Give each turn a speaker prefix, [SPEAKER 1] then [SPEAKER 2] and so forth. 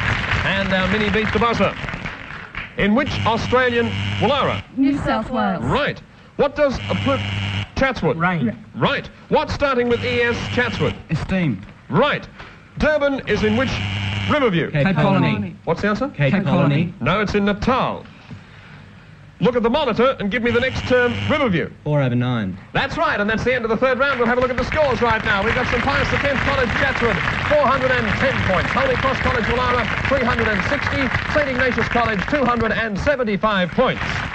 [SPEAKER 1] and our mini beach debater. In which Australian Woollera?
[SPEAKER 2] New South Wales.
[SPEAKER 1] Right. What does a pl- Chatswood?
[SPEAKER 3] Rain.
[SPEAKER 1] Right. What starting with ES Chatswood?
[SPEAKER 3] Esteem.
[SPEAKER 1] Right. Durban is in which Riverview?
[SPEAKER 3] Cape, Colony.
[SPEAKER 1] What's the answer?
[SPEAKER 3] Cape, Colony.
[SPEAKER 1] No, it's in Natal. Look at the monitor and give me the next term Riverview.
[SPEAKER 3] Four over nine.
[SPEAKER 1] That's right, and that's the end of the third round. We'll have a look at the scores right now. We've got St Pius X College Chatswood, 410 points. Holy Cross College Woollera, 360. St Ignatius College, 275 points.